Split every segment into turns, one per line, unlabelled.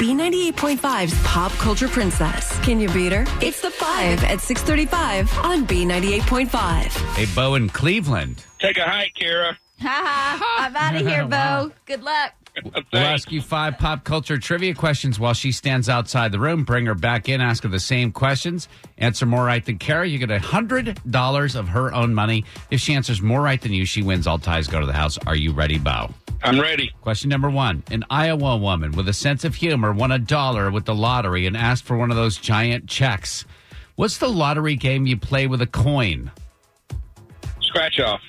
B98.5's pop culture princess. Can you beat her? It's the 5 at 635 on B98.5.
Hey, Bo in Cleveland.
Take a hike, Kara.
Ha ha! I'm out of here, Bo.
Wow.
Good luck.
We'll ask you five pop culture trivia questions while she stands outside the room. Bring her back in, ask her the same questions. Answer more right than Kara, you get $100 of her own money. If she answers more right than you, she wins. All ties go to the house. Are you ready, Bo?
I'm ready.
Question number one An Iowa woman with a sense of humor won a dollar with the lottery and asked for one of those giant checks. What's the lottery game you play with a coin?
Scratch off.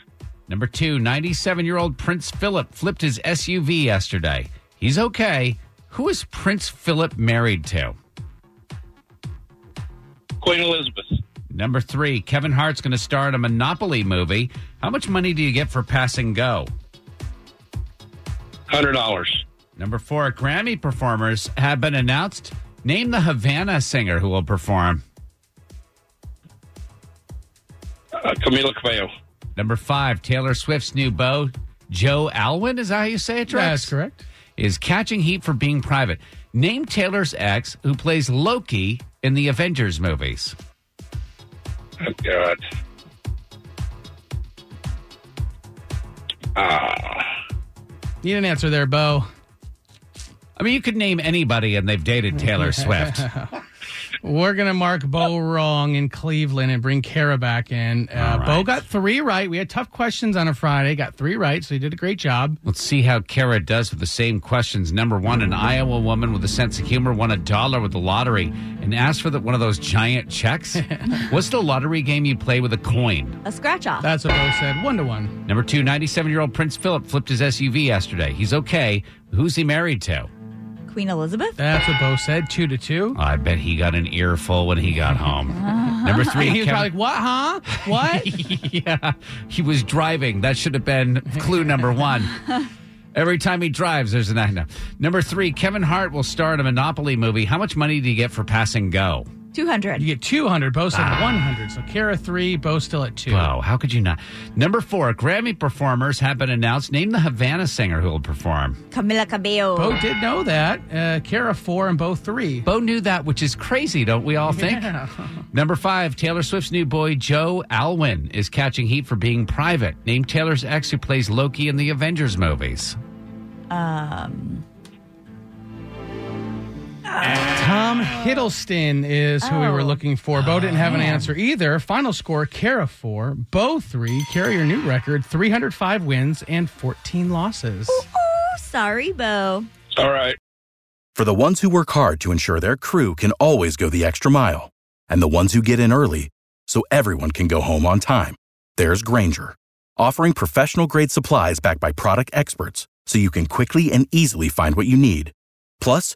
Number two, 97 year old Prince Philip flipped his SUV yesterday. He's okay. Who is Prince Philip married to?
Queen Elizabeth.
Number three, Kevin Hart's going to star in a Monopoly movie. How much money do you get for pass and go?
Hundred dollars.
Number four, Grammy performers have been announced. Name the Havana singer who will perform.
Uh, Camila Cabello.
Number five, Taylor Swift's new beau, Joe Alwyn, is that how you say it, Rex?
That's correct.
Is catching heat for being private. Name Taylor's ex who plays Loki in the Avengers movies.
Oh God.
Need an answer there, Bo.
I mean, you could name anybody and they've dated Taylor Swift.
We're gonna mark
Oh.
Bo wrong in Cleveland and bring Kara back in. Uh,
All
Bo
right.
got three right. We had tough questions on a Friday. Got three right, so he did a great job.
Let's see how Kara does with the same questions. Number one, an Iowa woman with a sense of humor won a dollar with the lottery and asked for the, one of those giant checks. What's the lottery game you play with a coin?
A scratch off.
That's what Bo said. One to one.
Number two, 97 year old Prince Philip flipped his SUV yesterday. He's okay. Who's he married to?
Queen Elizabeth.
That's what Bo said. Two to two.
Oh, I bet he got an earful when he got home. Number three,
He was
Kevin-
probably like, "What? Huh? What?"
yeah, he was driving. That should have been clue number one. Every time he drives, there's an item. Number three, Kevin Hart will star in a Monopoly movie. How much money do you get for passing go?
Two
you
hundred.
get two hundred. Bo said one hundred. So Kara three. Bo still at two.
Ah. Wow, how could you not? Number four, Grammy performers have been announced. Name the Havana singer who will perform.
Camila Cabello.
Bo did know that. Uh, Kara four and Bo three.
Bo knew that, which is crazy, don't we all think? Number five, Taylor Swift's new boy, Joe Alwyn, is catching heat for being private. Name Taylor's ex who plays Loki in the Avengers movies.
Tom Hiddleston is who we were
Oh.
looking for. Bo didn't have an answer either. Final score: Kara four, Bo three. Kara, your new record: three hundred five wins and fourteen losses.
Oh, sorry, Bo.
It's all right.
For the ones who work hard to ensure their crew can always go the extra mile, and the ones who get in early so everyone can go home on time, there's Granger, offering professional grade supplies backed by product experts so you can quickly and easily find what you need. Plus,